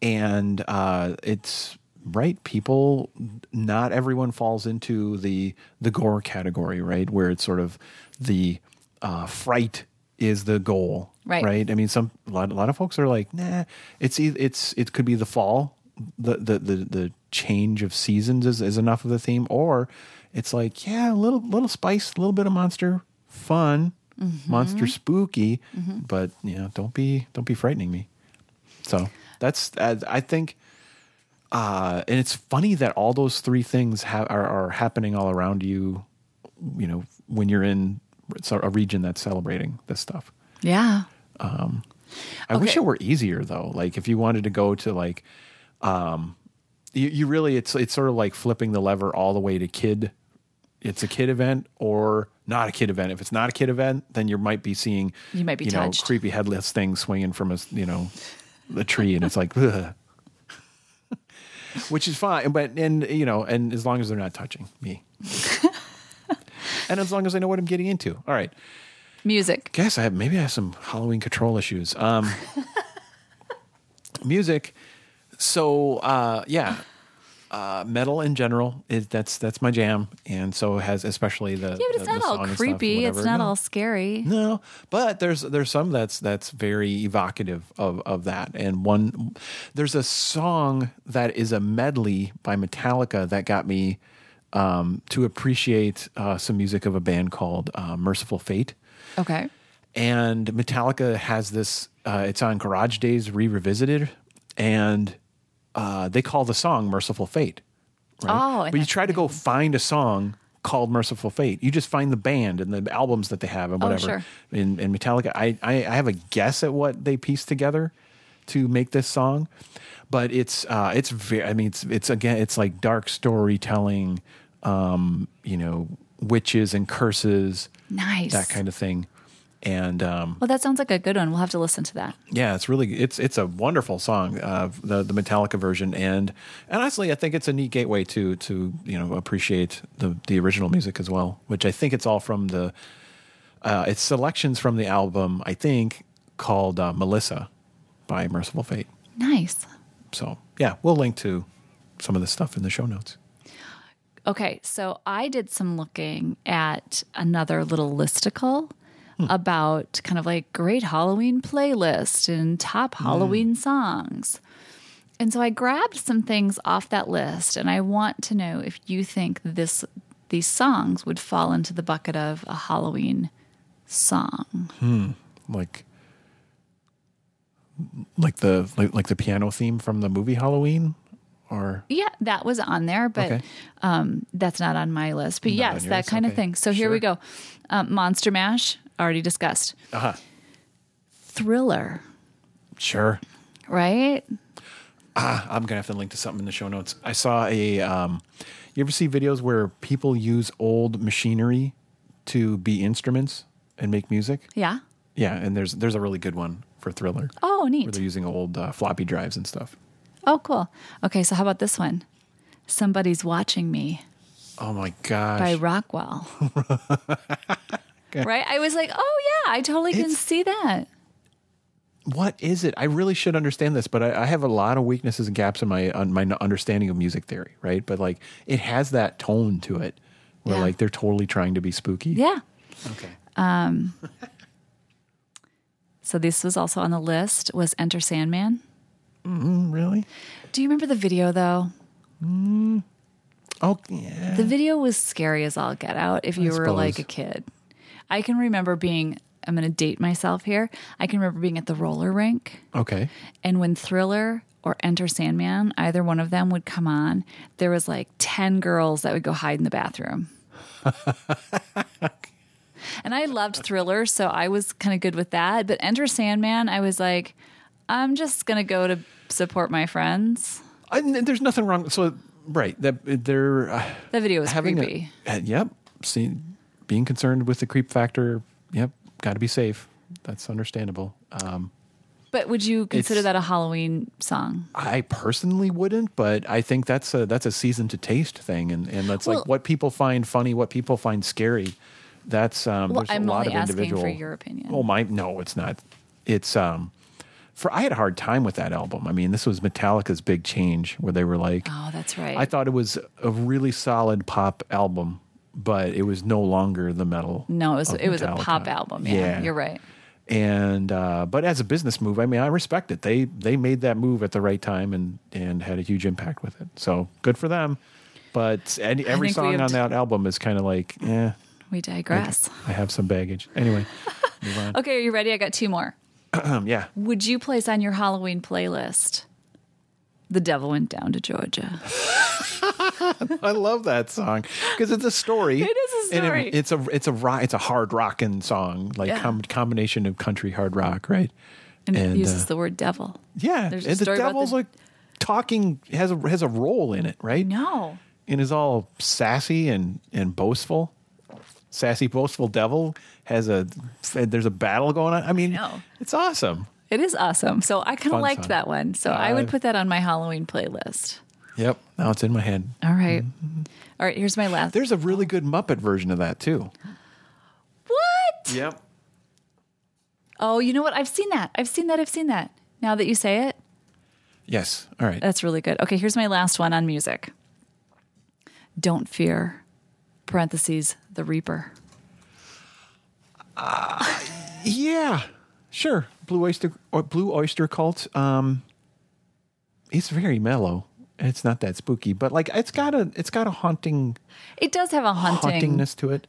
Speaker 2: and uh, it's right. People, not everyone falls into the the gore category, right? Where it's sort of the uh, fright is the goal,
Speaker 1: Right.
Speaker 2: Right. I mean, some a lot, a lot of folks are like, nah. It's e- it's it could be the fall, the the the, the change of seasons is, is enough of the theme, or it's like, yeah, a little little spice, a little bit of monster fun, monster spooky, but you know, don't be don't be frightening me. So that's uh, I think. Uh, and it's funny that all those three things ha- are, are happening all around you, you know, when you're in a region that's celebrating this stuff.
Speaker 1: Yeah.
Speaker 2: I wish
Speaker 1: Okay.
Speaker 2: it were easier though. Like if you wanted to go to like, um, you, you really it's it's sort of like flipping the lever all the way to kid. It's a kid event or not a kid event. If it's not a kid event, then you might be seeing
Speaker 1: You might be touched.
Speaker 2: know creepy headless things swinging from a s- you know the tree, and it's like, ugh. *laughs* which is fine. But and you know, and as long as they're not touching
Speaker 1: *laughs*
Speaker 2: me, and as long as I know what I'm getting into. All right
Speaker 1: Music.
Speaker 2: guess I have, maybe I have some Halloween control issues.
Speaker 1: *laughs*
Speaker 2: Um, music. So uh, yeah, uh, metal in general is that's that's my jam, and so has especially the
Speaker 1: Yeah, but it's
Speaker 2: the- the
Speaker 1: not all
Speaker 2: song and stuff and
Speaker 1: creepy. It's
Speaker 2: whatever.
Speaker 1: not
Speaker 2: No.
Speaker 1: all scary.
Speaker 2: No, but there's there's some that's that's very evocative of of that. And one there's a song that is a medley by Metallica that got me um, to appreciate uh, some music of a band called uh, Merciful Fate
Speaker 1: Okay.
Speaker 2: and Metallica has this. Uh, it's on Garage Days re-revisited, and uh, they call the song "Merciful Fate." Right?
Speaker 1: Oh, and
Speaker 2: but you
Speaker 1: that's
Speaker 2: try to go find a song called "Merciful Fate." You just find the band and the albums that they have and
Speaker 1: Oh,
Speaker 2: whatever.
Speaker 1: sure.
Speaker 2: In, in Metallica, I, I I have a guess at what they pieced together to make this song, but it's uh, it's very. I mean, it's it's again, it's like dark storytelling. Um, you know, witches and curses
Speaker 1: Nice.
Speaker 2: that kind of thing. And um,
Speaker 1: well, that sounds like a good one. We'll have to listen to that.
Speaker 2: yeah, it's really it's it's a wonderful song, uh, the the Metallica version, and and honestly, I think it's a neat gateway to to you know appreciate the the original music as well, which I think it's all from the uh, it's selections from the album I think called uh, Melissa by Merciful Fate.
Speaker 1: Nice.
Speaker 2: So yeah, we'll link to some of this stuff in the show notes.
Speaker 1: Okay, so I did some looking at another little listicle
Speaker 2: Hmm.
Speaker 1: about kind of like great Halloween playlist and top
Speaker 2: Hmm.
Speaker 1: Halloween songs. And so I grabbed some things off that list and I want to know if you think this these songs would fall into the bucket of a Halloween song.
Speaker 2: Like like the like, like the piano theme from the movie Halloween, or
Speaker 1: Yeah, that was on there, but
Speaker 2: Okay.
Speaker 1: um, that's not on my list. But
Speaker 2: Not on
Speaker 1: yes,
Speaker 2: your
Speaker 1: that
Speaker 2: list?
Speaker 1: kind of
Speaker 2: Okay.
Speaker 1: thing. So here we
Speaker 2: Sure.
Speaker 1: go. Um, Monster Mash, already discussed.
Speaker 2: uh
Speaker 1: Thriller,
Speaker 2: sure.
Speaker 1: right?
Speaker 2: I'm gonna have to link to something in the show notes. I saw a. Um, you ever see videos where people use old machinery to be instruments and make music?
Speaker 1: Yeah.
Speaker 2: Yeah, and there's there's a really good one for Thriller
Speaker 1: Oh,
Speaker 2: where
Speaker 1: neat.
Speaker 2: they're using old uh, floppy drives and stuff.
Speaker 1: Oh, cool. Okay, so how about this one? Somebody's Watching Me
Speaker 2: Oh my gosh!
Speaker 1: by
Speaker 2: *laughs*
Speaker 1: Rockwell. *laughs* Right? I was like, oh, yeah, I totally can
Speaker 2: It's-
Speaker 1: see that.
Speaker 2: what is it? I really should understand this, but I, I have a lot of weaknesses and gaps in my on my understanding of music theory, right? But like, it has that tone to it where
Speaker 1: Yeah.
Speaker 2: like they're totally trying to be spooky.
Speaker 1: Yeah.
Speaker 2: Okay.
Speaker 1: So this was also on the list was Enter Sandman. Um,
Speaker 2: Mm, really?
Speaker 1: Do you remember the video though?
Speaker 2: Oh yeah.
Speaker 1: The video was scary as all get out if you were like a
Speaker 2: suppose.
Speaker 1: kid. I can remember being I'm going to date myself here. I can remember being at the roller rink
Speaker 2: Okay.
Speaker 1: And when Thriller or Enter Sandman, either one of them would come on, there was like 10 girls that would go hide in the *laughs* bathroom. and I loved Thriller, so I was kind of good with that. But Enter Sandman, I was like, I'm just going to go to support my friends.
Speaker 2: I, n- there's nothing wrong. So right, that they're uh,
Speaker 1: That video was
Speaker 2: having
Speaker 1: creepy.
Speaker 2: A, uh, yep, see, being concerned with the creep factor. Yep, got to be safe. That's understandable. Um,
Speaker 1: but would you consider
Speaker 2: It's-
Speaker 1: that a Halloween song?
Speaker 2: I personally wouldn't, but I think that's a that's a season to taste thing, and and that's
Speaker 1: Well-
Speaker 2: like what people find funny, what people find scary. That's um,
Speaker 1: Well,
Speaker 2: there's
Speaker 1: I'm
Speaker 2: a lot
Speaker 1: only
Speaker 2: of
Speaker 1: asking
Speaker 2: individual.
Speaker 1: for your opinion.
Speaker 2: Oh my, no, it's not. It's um, for I had a hard time with that album. I mean, this was Metallica's big change where they were like,
Speaker 1: Oh, that's right.
Speaker 2: I thought it was a really solid pop album, but it was no longer the metal.
Speaker 1: no, it was
Speaker 2: of
Speaker 1: it was a
Speaker 2: Metallica.
Speaker 1: pop album. Oh, Yeah, you're right.
Speaker 2: And uh, but as a business move, I mean, I respect it. They they made that move at the right time and and had a huge impact with it. So good for them. But any, every
Speaker 1: think we
Speaker 2: song
Speaker 1: have
Speaker 2: on
Speaker 1: t-
Speaker 2: that album is kind of like, eh,
Speaker 1: We digress.
Speaker 2: I have some baggage. Anyway, move on.
Speaker 1: Okay, are you ready? I got two more.
Speaker 2: Um, yeah,
Speaker 1: Would you place on your Halloween playlist The Devil Went Down to Georgia?
Speaker 2: I love that song because it's a story.
Speaker 1: *laughs* It is a
Speaker 2: and
Speaker 1: story.
Speaker 2: it, it's a it's a rock, it's a hard rockin' song, like
Speaker 1: Yeah.
Speaker 2: com- combination of country hard rock, right?
Speaker 1: and it uses
Speaker 2: uh,
Speaker 1: the word devil.
Speaker 2: yeah,
Speaker 1: there's a
Speaker 2: and the
Speaker 1: story about
Speaker 2: devil's
Speaker 1: the-
Speaker 2: like talking has a has a role in it, right?
Speaker 1: No.
Speaker 2: and is all sassy and and boastful. Sassy, boastful devil has a there's a battle going on. I mean,
Speaker 1: know.
Speaker 2: it's awesome.
Speaker 1: It is awesome. So I kind of
Speaker 2: Fun
Speaker 1: liked
Speaker 2: song.
Speaker 1: that one. So I would
Speaker 2: I-
Speaker 1: put that on my Halloween playlist.
Speaker 2: Yep, now it's in my head.
Speaker 1: All right. All right. Here's my last.
Speaker 2: There's a really good Muppet version of that too.
Speaker 1: what?
Speaker 2: Yep.
Speaker 1: Oh, you know what? I've seen that. I've seen that. I've seen that. Now that you say it,
Speaker 2: Yes. All right.
Speaker 1: that's really good. Okay. Here's my last one on music. Don't fear. Parentheses. The Reaper.
Speaker 2: yeah. Sure. Blue oyster or Blue Oyster Cult. Um, it's very mellow. It's not that spooky, but like it's got a it's got a haunting
Speaker 1: It does have a haunting.
Speaker 2: hauntingness to it.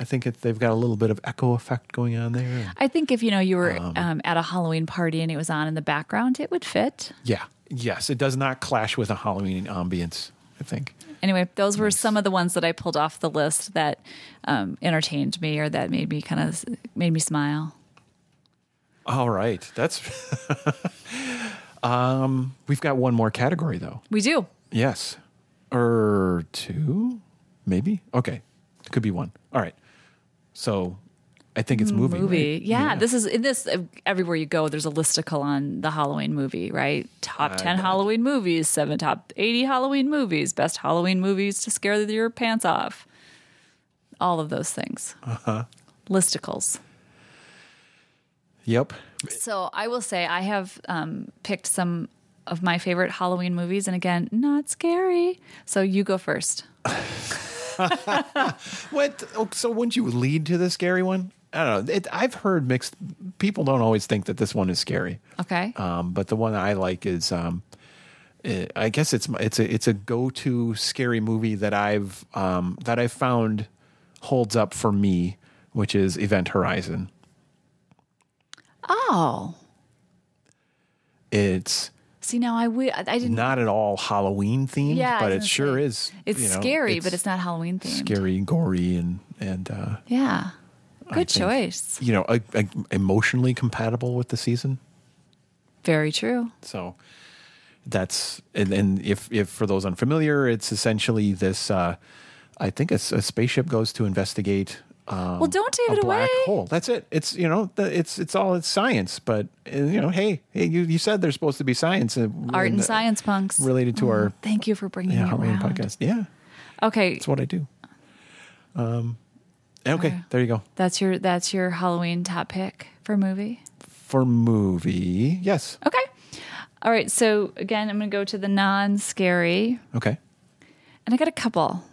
Speaker 2: I think it, they've got a little bit of echo effect going on there.
Speaker 1: I think if you know you were um, at a Halloween party and it was on in the background, it would fit.
Speaker 2: Yeah. Yes. It does not clash with a Halloween ambience, I think.
Speaker 1: Anyway, those were some of the ones that I pulled off the list that um, entertained me or that made me kind of made me smile.
Speaker 2: All right. That's. *laughs* um, we've got one more category, though.
Speaker 1: We do.
Speaker 2: Yes. Or two, maybe? Okay. It could be one. All right. So I think it's movie.
Speaker 1: movie.
Speaker 2: right?
Speaker 1: Yeah, this is in this everywhere you go. There's a listicle on the Halloween movie, right? Top
Speaker 2: I
Speaker 1: ten
Speaker 2: bet.
Speaker 1: Halloween movies, seven top eighty Halloween movies, best Halloween movies to scare your pants off. All of those things. Uh-huh. Listicles.
Speaker 2: Yep.
Speaker 1: So I will say I have um, picked some of my favorite Halloween movies, and again, not scary. So you go first.
Speaker 2: What? Oh, so wouldn't you lead to the scary one? I don't know. It, I've heard mixed. People don't always think that this one is scary.
Speaker 1: Okay.
Speaker 2: Um, but the one I like is, um, eh, I guess it's my- it's a it's a go to scary movie that I've um, that I've found holds up for me, which is Event Horizon.
Speaker 1: oh,
Speaker 2: It's
Speaker 1: see now I wi- I I didn't.
Speaker 2: not at all Halloween themed,
Speaker 1: Yeah, I
Speaker 2: but
Speaker 1: was
Speaker 2: it
Speaker 1: gonna
Speaker 2: sure
Speaker 1: say,
Speaker 2: is.
Speaker 1: It's
Speaker 2: you know,
Speaker 1: scary, but it's not Halloween themed.
Speaker 2: scary and gory and and uh,
Speaker 1: Yeah. Good
Speaker 2: think-
Speaker 1: choice.
Speaker 2: you know a, a, emotionally compatible with the season.
Speaker 1: Very true.
Speaker 2: So that's and, and if if for those unfamiliar, it's essentially this. Uh, I think it's a spaceship goes to investigate. Um,
Speaker 1: Well, don't
Speaker 2: a
Speaker 1: give it away.
Speaker 2: black hole. That's it. It's you know the, it's it's all it's science, but uh, you know hey, hey you, you said there's supposed to be science and
Speaker 1: Art and science punks. Mm,
Speaker 2: related to our
Speaker 1: Thank you for bringing
Speaker 2: yeah,
Speaker 1: me
Speaker 2: Halloween
Speaker 1: around.
Speaker 2: podcast. Yeah,
Speaker 1: Okay.
Speaker 2: that's what I do. Um, okay,
Speaker 1: Okay.
Speaker 2: there you go
Speaker 1: That's your that's your Halloween top pick for movie.
Speaker 2: for movie. Yes.
Speaker 1: Okay. All right. So again, I'm gonna go to the non scary
Speaker 2: Okay.
Speaker 1: and I got a couple.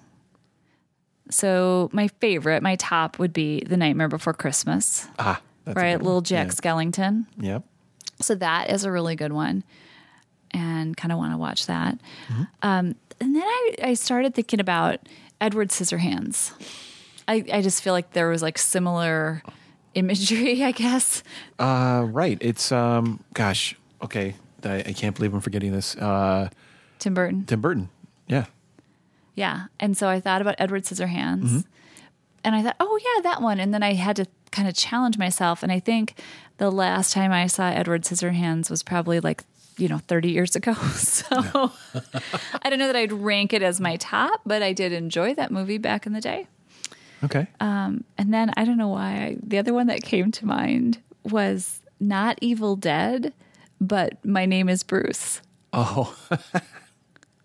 Speaker 1: So my favorite, my top would be The Nightmare Before Christmas.
Speaker 2: Ah, that's a
Speaker 1: right?
Speaker 2: good
Speaker 1: Little
Speaker 2: one.
Speaker 1: Jack Skellington.
Speaker 2: Yeah. Yep.
Speaker 1: So that is a really good one and kind of want to watch that.
Speaker 2: Mm-hmm.
Speaker 1: Um, and then I, I started thinking about Edward Scissorhands. I, I just feel like there was like similar imagery, *laughs* I guess.
Speaker 2: Uh, right. It's um. Gosh. Okay. I, I can't believe I'm forgetting this. Uh,
Speaker 1: Tim Burton.
Speaker 2: Tim Burton. Yeah.
Speaker 1: Yeah. And so I thought about Edward Scissorhands and I thought, oh, yeah, that one. And then I had to kind of challenge myself. And I think the last time I saw Edward Scissorhands was probably like, you know, 30 years ago. *laughs* So I don't know that I'd rank it as my top, but I did enjoy that movie back in the day.
Speaker 2: Okay.
Speaker 1: Um, And then I don't know why I, the other one that came to mind was not Evil Dead, but My Name is Bruce.
Speaker 2: oh,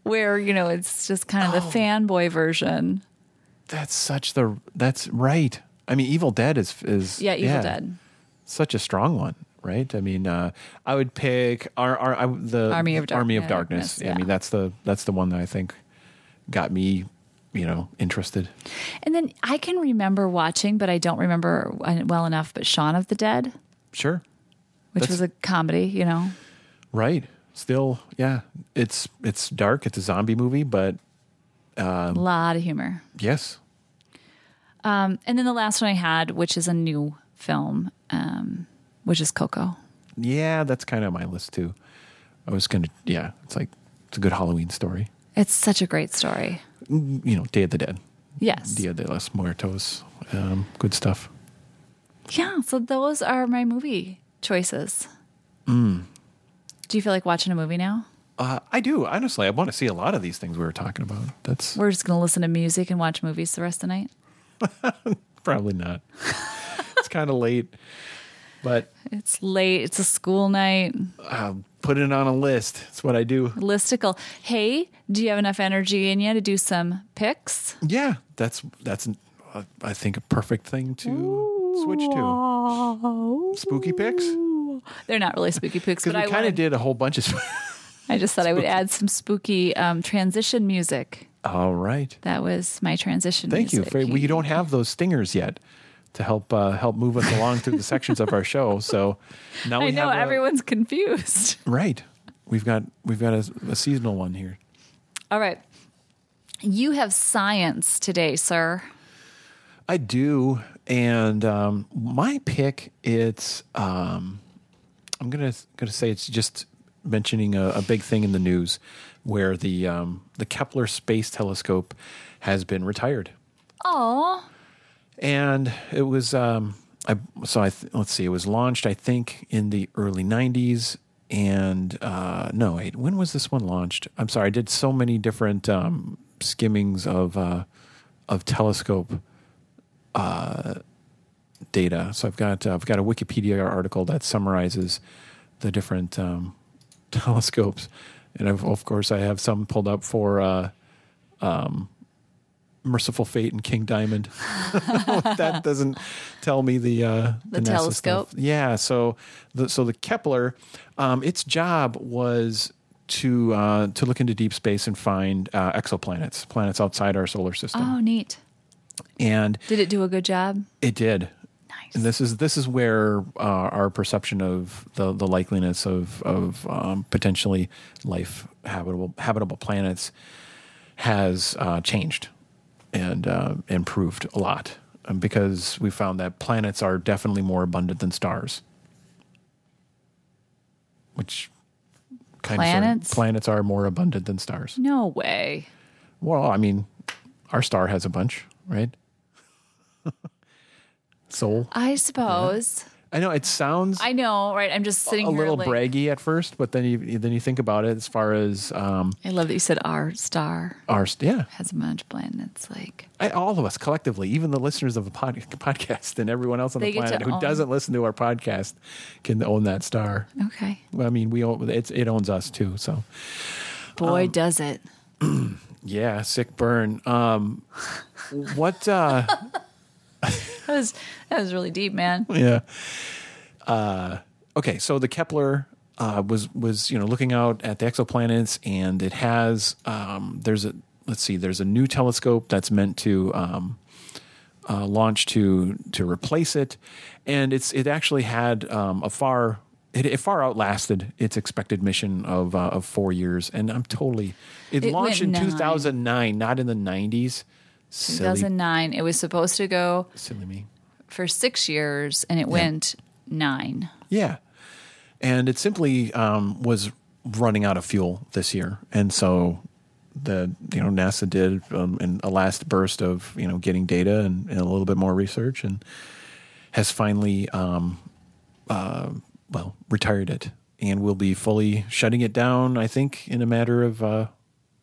Speaker 1: Where, you know, it's just kind of the fanboy version.
Speaker 2: that's such the. That's right. I mean, Evil Dead is is
Speaker 1: Yeah, Evil Dead.
Speaker 2: Such a strong one, right? I mean, uh, I would pick our, our I, the
Speaker 1: Army of Dark-
Speaker 2: Army of
Speaker 1: yeah,
Speaker 2: Darkness.
Speaker 1: Darkness,
Speaker 2: I mean,
Speaker 1: yeah.
Speaker 2: that's the that's the one that I think got me, you know, interested.
Speaker 1: And then I can remember watching, but I don't remember well enough, but Shaun of the Dead,
Speaker 2: Sure.
Speaker 1: which
Speaker 2: That's-
Speaker 1: was a comedy, you know.
Speaker 2: Right. Still, yeah. It's it's dark. It's a zombie movie, but
Speaker 1: A lot of humor.
Speaker 2: yes,
Speaker 1: Um, and then the last one I had, which is a new film, um, which is Coco.
Speaker 2: Yeah, that's kind of my list too. I was gonna, yeah, it's like it's a good Halloween story.
Speaker 1: It's such a great story.
Speaker 2: You know, Day of the Dead.
Speaker 1: Yes.
Speaker 2: Dia de los Muertos. Um, good stuff.
Speaker 1: Yeah. So those are my movie choices. Do you feel like watching a movie now?
Speaker 2: Uh, I do honestly. I want to see a lot of these things we were talking about. That's
Speaker 1: We're just going to listen to music and watch movies the rest of the night.
Speaker 2: probably not. *laughs* it's kind of late, but
Speaker 1: It's late. It's a school night.
Speaker 2: I'll put it on a list. It's what I do.
Speaker 1: Listicle. Hey, do you have enough energy in you to do some picks?
Speaker 2: Yeah, that's that's uh, I think a perfect thing to switch to.
Speaker 1: Oh.
Speaker 2: Spooky picks
Speaker 1: They're not really spooky
Speaker 2: *laughs*
Speaker 1: picks, but
Speaker 2: because
Speaker 1: I,
Speaker 2: we kind
Speaker 1: wanted,
Speaker 2: of did a whole bunch of.
Speaker 1: I just thought I would add some spooky um, transition music.
Speaker 2: *laughs* All right.
Speaker 1: That was my transition
Speaker 2: Thank you.
Speaker 1: music.
Speaker 2: For, we don't have those stingers yet to help uh, help move us along through the sections of our
Speaker 1: *laughs*
Speaker 2: show. So now we
Speaker 1: I know
Speaker 2: have a-
Speaker 1: everyone's confused. *laughs*
Speaker 2: right. We've got we've got a, a seasonal one here.
Speaker 1: All right. You have science today, sir.
Speaker 2: I do, and um, my pick it's um, I'm gonna gonna say it's just mentioning a, a big thing in the news where the um, the Kepler Space Telescope has been retired.
Speaker 1: Oh,
Speaker 2: and it was um i so i th- let's see it was launched i think in the early 90s and uh no wait when was this one launched i'm sorry i did so many different um skimmings of uh of telescope uh data so i've got uh, i've got a wikipedia article that summarizes the different um *laughs* telescopes and I've, of course i have some pulled up for uh um, Merciful Fate and King Diamond. *laughs* that doesn't tell me the uh,
Speaker 1: The
Speaker 2: NASA
Speaker 1: telescope.
Speaker 2: stuff. Yeah, so the so the Kepler, um, its job was to uh, to look into deep space and find uh, exoplanets, planets outside our solar system,
Speaker 1: oh, neat.
Speaker 2: and
Speaker 1: Did it do a good job?
Speaker 2: it did.
Speaker 1: Nice.
Speaker 2: And this is this is where uh, our perception of the, the likeliness of of um, potentially life habitable habitable planets has uh, changed and uh, improved a lot um, because we found that planets are definitely more abundant than stars, which kind
Speaker 1: Planets?
Speaker 2: of planets are more abundant than stars.
Speaker 1: No way.
Speaker 2: Well, I mean, our star has a bunch, right? *laughs* Sol.
Speaker 1: I suppose.
Speaker 2: I know it sounds
Speaker 1: I know, right? I'm just sitting
Speaker 2: a
Speaker 1: here
Speaker 2: little
Speaker 1: like-
Speaker 2: braggy at first, but then you then you think about it as far as um,
Speaker 1: I love that you said our star
Speaker 2: our yeah,
Speaker 1: has a bunch of planets. Like,
Speaker 2: I, all of us collectively, even the listeners of the pod, *laughs* podcast and everyone else on
Speaker 1: They
Speaker 2: the
Speaker 1: get to
Speaker 2: planet who
Speaker 1: own-
Speaker 2: doesn't listen to our podcast can own that star.
Speaker 1: okay,
Speaker 2: Well, I mean, we own, it's it owns us too. So Um,
Speaker 1: boy, does it.
Speaker 2: yeah, sick burn. Um, *laughs* what? Uh,
Speaker 1: That was that was really deep, man.
Speaker 2: yeah. Uh, okay, so the Kepler uh, was was you know looking out at the exoplanets, and it has um, there's a let's see there's a new telescope that's meant to um, uh, launch to to replace it, and it's it actually had um, a far. It, it far outlasted its expected mission of uh, of four years, and I'm totally. It,
Speaker 1: It
Speaker 2: launched in
Speaker 1: went nine.
Speaker 2: 2009, not in the 90s. Silly,
Speaker 1: 2009. It was supposed to go
Speaker 2: silly me.
Speaker 1: for six years, and it went nine.
Speaker 2: Yeah. And it simply um, was running out of fuel this year. And so the you know NASA did um, an, a last burst of you know getting data and, and a little bit more research and has finally um, uh, well retired it and will be fully shutting it down I think in a matter of uh,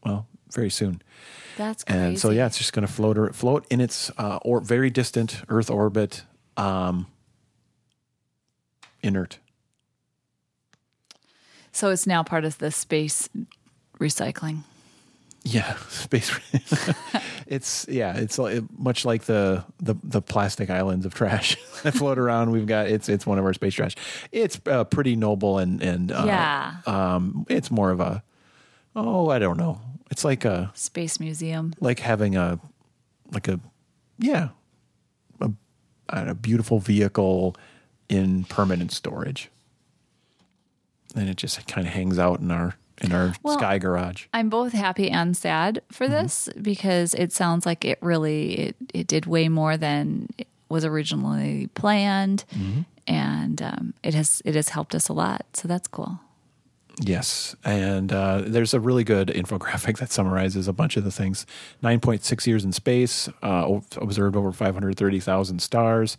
Speaker 2: well very soon.
Speaker 1: That's crazy.
Speaker 2: And so yeah, it's just going to float or float in its uh, or very distant Earth orbit, um, inert.
Speaker 1: So it's now part of the space recycling.
Speaker 2: Yeah, *laughs* space.
Speaker 1: *laughs*
Speaker 2: it's yeah, it's like, much like the, the the plastic islands of trash *laughs* that float around. We've got it's it's one of our space trash. It's uh, pretty noble and and uh,
Speaker 1: Yeah.
Speaker 2: Um, it's more of a oh I don't know. It's like a
Speaker 1: Space museum.
Speaker 2: like having a like a yeah a a beautiful vehicle in permanent storage, and it just kind of hangs out in our in our
Speaker 1: Well,
Speaker 2: sky garage.
Speaker 1: I'm both happy and sad for
Speaker 2: Mm-hmm.
Speaker 1: this because it sounds like it really it, it did way more than it was originally
Speaker 2: Mm-hmm.
Speaker 1: planned, and um, it has it has helped us a lot. So that's cool.
Speaker 2: Yes, and uh, there's a really good infographic that summarizes a bunch of the things. Nine point six years in space, uh, o- observed over five hundred thirty thousand stars,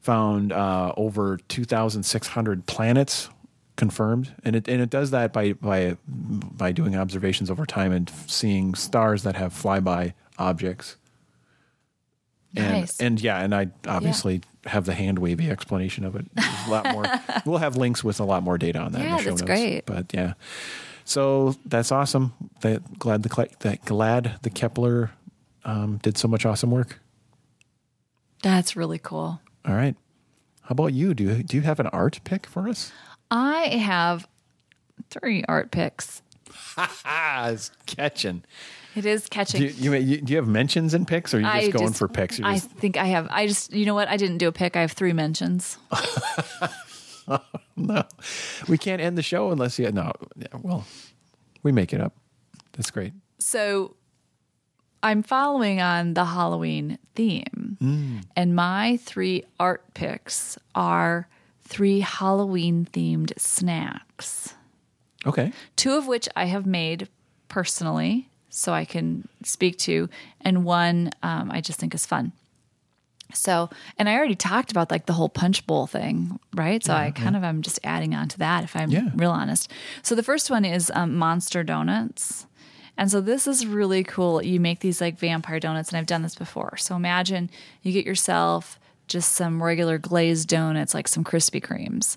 Speaker 2: found uh, over two thousand six hundred planets confirmed, and it and it does that by by by doing observations over time and f- seeing stars that have flyby objects. And,
Speaker 1: Nice.
Speaker 2: and yeah, and I obviously have the hand wavy explanation of it. There's a lot more. we'll have links with a lot more data on that. in
Speaker 1: Yeah,
Speaker 2: the show
Speaker 1: that's
Speaker 2: notes.
Speaker 1: great.
Speaker 2: But yeah, so that's awesome. That glad the Cle- that glad the Kepler um, did so much awesome work.
Speaker 1: That's really cool.
Speaker 2: All right, how about you? Do you, do you have an art pick for us?
Speaker 1: I have three art picks.
Speaker 2: Ah, *laughs* it's catching.
Speaker 1: It is catching.
Speaker 2: Do you, you, you- do you have mentions and picks, or are you just
Speaker 1: I
Speaker 2: going for picks? You're
Speaker 1: I
Speaker 2: just- *laughs*
Speaker 1: think I have. I just, you know what? I didn't do a pick. I have three mentions.
Speaker 2: no, we can't end the show unless you. No, yeah, well, we make it up. That's great.
Speaker 1: So I'm following on the Halloween theme.
Speaker 2: Hmm.
Speaker 1: And my three art picks are three Halloween themed snacks,
Speaker 2: Okay.
Speaker 1: two of which I have made personally, so I can speak to, and one um, I just think is fun. So, and I already talked about like the whole punch bowl thing, right? So I kind of am just adding on to that if I'm
Speaker 2: Yeah.
Speaker 1: real honest. So the first one is um, Monster Donuts. And so this is really cool. You make these like vampire donuts, and I've done this before. So imagine you get yourself just some regular glazed donuts, like some Krispy Kremes,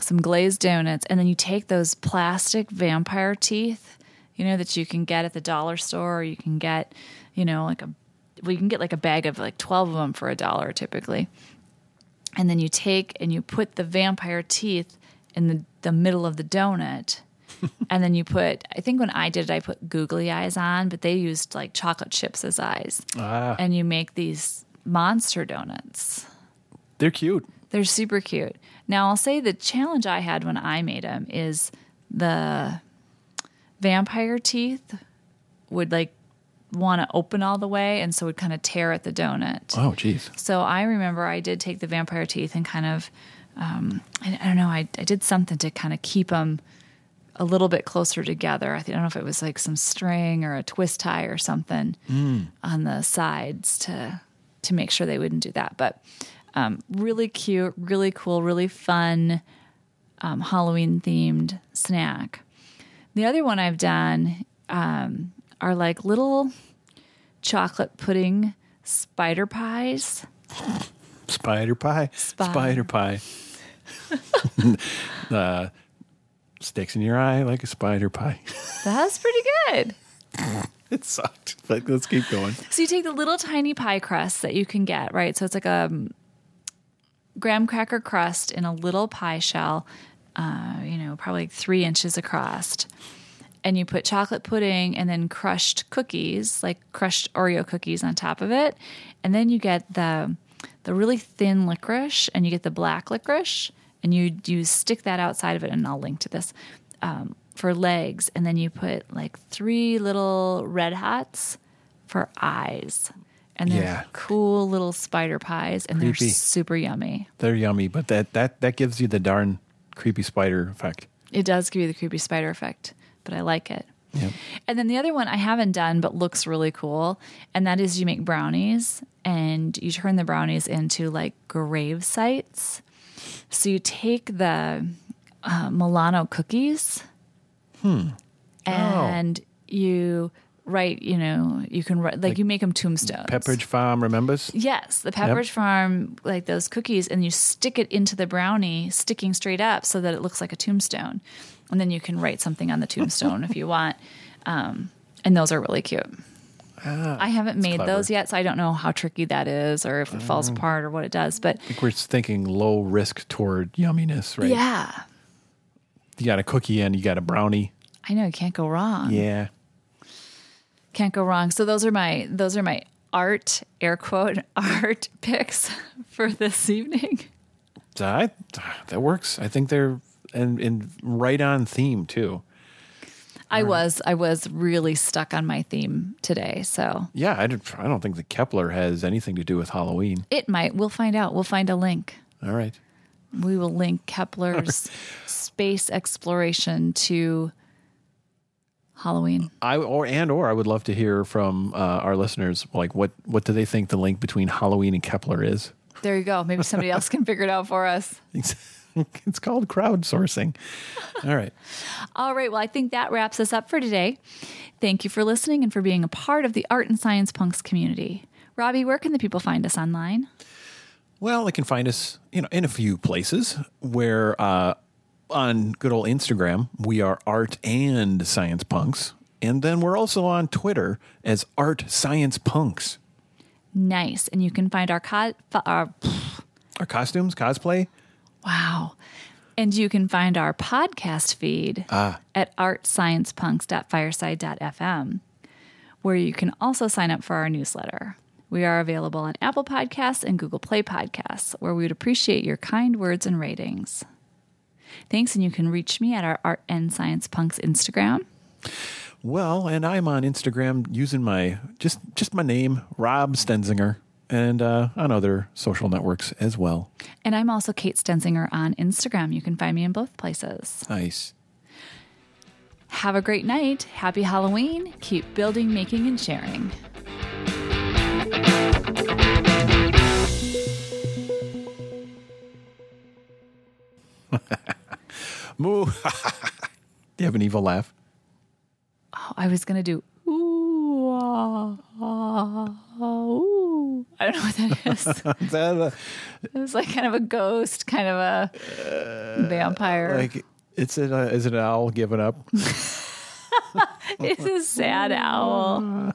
Speaker 1: some glazed donuts, and then you take those plastic vampire teeth, you know, that you can get at the dollar store or you can get, you know, like a well, you can get like a bag of like 12 of them for a dollar typically. And then you take and you put the vampire teeth in the, the middle of the donut. and then you put, I think when I did it, I put googly eyes on, but they used like chocolate chips as eyes.
Speaker 2: Oh, Ah,
Speaker 1: And you make these monster donuts.
Speaker 2: They're cute.
Speaker 1: They're super cute. Now, I'll say the challenge I had when I made them is the vampire teeth would like want to open all the way and so would kind of tear at the donut.
Speaker 2: Oh, geez.
Speaker 1: So I remember I did take the vampire teeth and kind of, um, I, I don't know, I, I did something to kind of keep them a little bit closer together. I, think, I don't know if it was like some string or a twist tie or something on the sides to to make sure they wouldn't do that. But um, really cute, really cool, really fun um, Halloween themed snack. The other one I've done um, are like little chocolate pudding spider pies.
Speaker 2: Spider pie.
Speaker 1: Spy.
Speaker 2: Spider
Speaker 1: *laughs*
Speaker 2: pie. uh, sticks in your eye like a spider pie. *laughs*
Speaker 1: That's pretty good.
Speaker 2: it sucked. But let's keep going.
Speaker 1: So you take the little tiny pie crust that you can get, right? So it's like a um, graham cracker crust in a little pie shell, uh, you know, probably like three inches across. And you put chocolate pudding and then crushed cookies, like crushed Oreo cookies on top of it. And then you get the the really thin licorice and you get the black licorice and you you stick that outside of it and I'll link to this. Um, for legs, and then you put like three little red hots for eyes. And they're
Speaker 2: Yeah.
Speaker 1: cool little spider pies, and
Speaker 2: Creepy.
Speaker 1: they're super yummy.
Speaker 2: They're yummy, but that that that gives you the darn creepy spider effect.
Speaker 1: It does give you the creepy spider effect, but I like it.
Speaker 2: Yep.
Speaker 1: And then the other one I haven't done, but looks really cool, and that is you make brownies and you turn the brownies into like grave sites. So you take the uh, Milano cookies, and you write, you know, you can write like, you make them tombstones.
Speaker 2: Pepperidge Farm remembers.
Speaker 1: Yes, the Pepperidge Farm, like those cookies, and you stick it into the brownie, sticking straight up so that it looks like a tombstone. And then you can write something on the tombstone if you want. *laughs* Um, and those are really cute. I haven't made
Speaker 2: Ah, clever. Oh.
Speaker 1: those yet, so I don't know how tricky that is or if it falls apart or what it does. But
Speaker 2: I think we're thinking low risk toward yumminess, right?
Speaker 1: yeah,
Speaker 2: You got a cookie and you got a brownie.
Speaker 1: I know you can't go wrong.
Speaker 2: Yeah.
Speaker 1: Can't go wrong. So those are my those are my art air quote *laughs* art picks for this evening.
Speaker 2: I, that works. I think they're and and right on theme too.
Speaker 1: I was I was really stuck on my theme today, so
Speaker 2: Yeah, I don't, I don't think the Kepler has anything to do with Halloween.
Speaker 1: It might. We'll find out. We'll find a link.
Speaker 2: All right.
Speaker 1: We will link Kepler's space exploration to Halloween.
Speaker 2: I or and or I would love to hear from uh, our listeners like what what do they think the link between Halloween and Kepler is? *laughs*
Speaker 1: There you go. Maybe somebody else can figure it out for us.
Speaker 2: It's, it's called crowdsourcing. All right.
Speaker 1: All right. Well, I think that wraps us up for today. Thank you for listening and for being a part of the Art and Science Punks community. Robbie, where can the people find us online?
Speaker 2: Well, they can find us, you know, in a few places where uh, on good old Instagram, we are art and science punks. And then we're also on Twitter as art science punks.
Speaker 1: Nice. And you can find our, co- f- our
Speaker 2: Our costumes, cosplay,
Speaker 1: wow. And you can find our podcast feed at artsciencepunks.fireside.fm, where you can also sign up for our newsletter. We are available on Apple Podcasts and Google Play Podcasts, where we would appreciate your kind words and ratings. Thanks, and you can reach me at our Art and Science Punks Instagram.
Speaker 2: Well, and I'm on Instagram using my just just my name, Rob Stenzinger, and uh, on other social networks as well.
Speaker 1: And I'm also Kate Stenzinger on Instagram. You can find me in both places.
Speaker 2: Nice.
Speaker 1: Have a great night. Happy Halloween. Keep building, making, and sharing.
Speaker 2: Moo. *laughs* Do you have an evil laugh?
Speaker 1: Oh, I was going to do, ooh, ah, ah, ooh. I don't know what that is. *laughs* it
Speaker 2: *laughs* Is that a-
Speaker 1: was like kind of a ghost, kind of a vampire. *laughs*
Speaker 2: like it's an, uh, is it an owl giving up?
Speaker 1: it's a sad owl.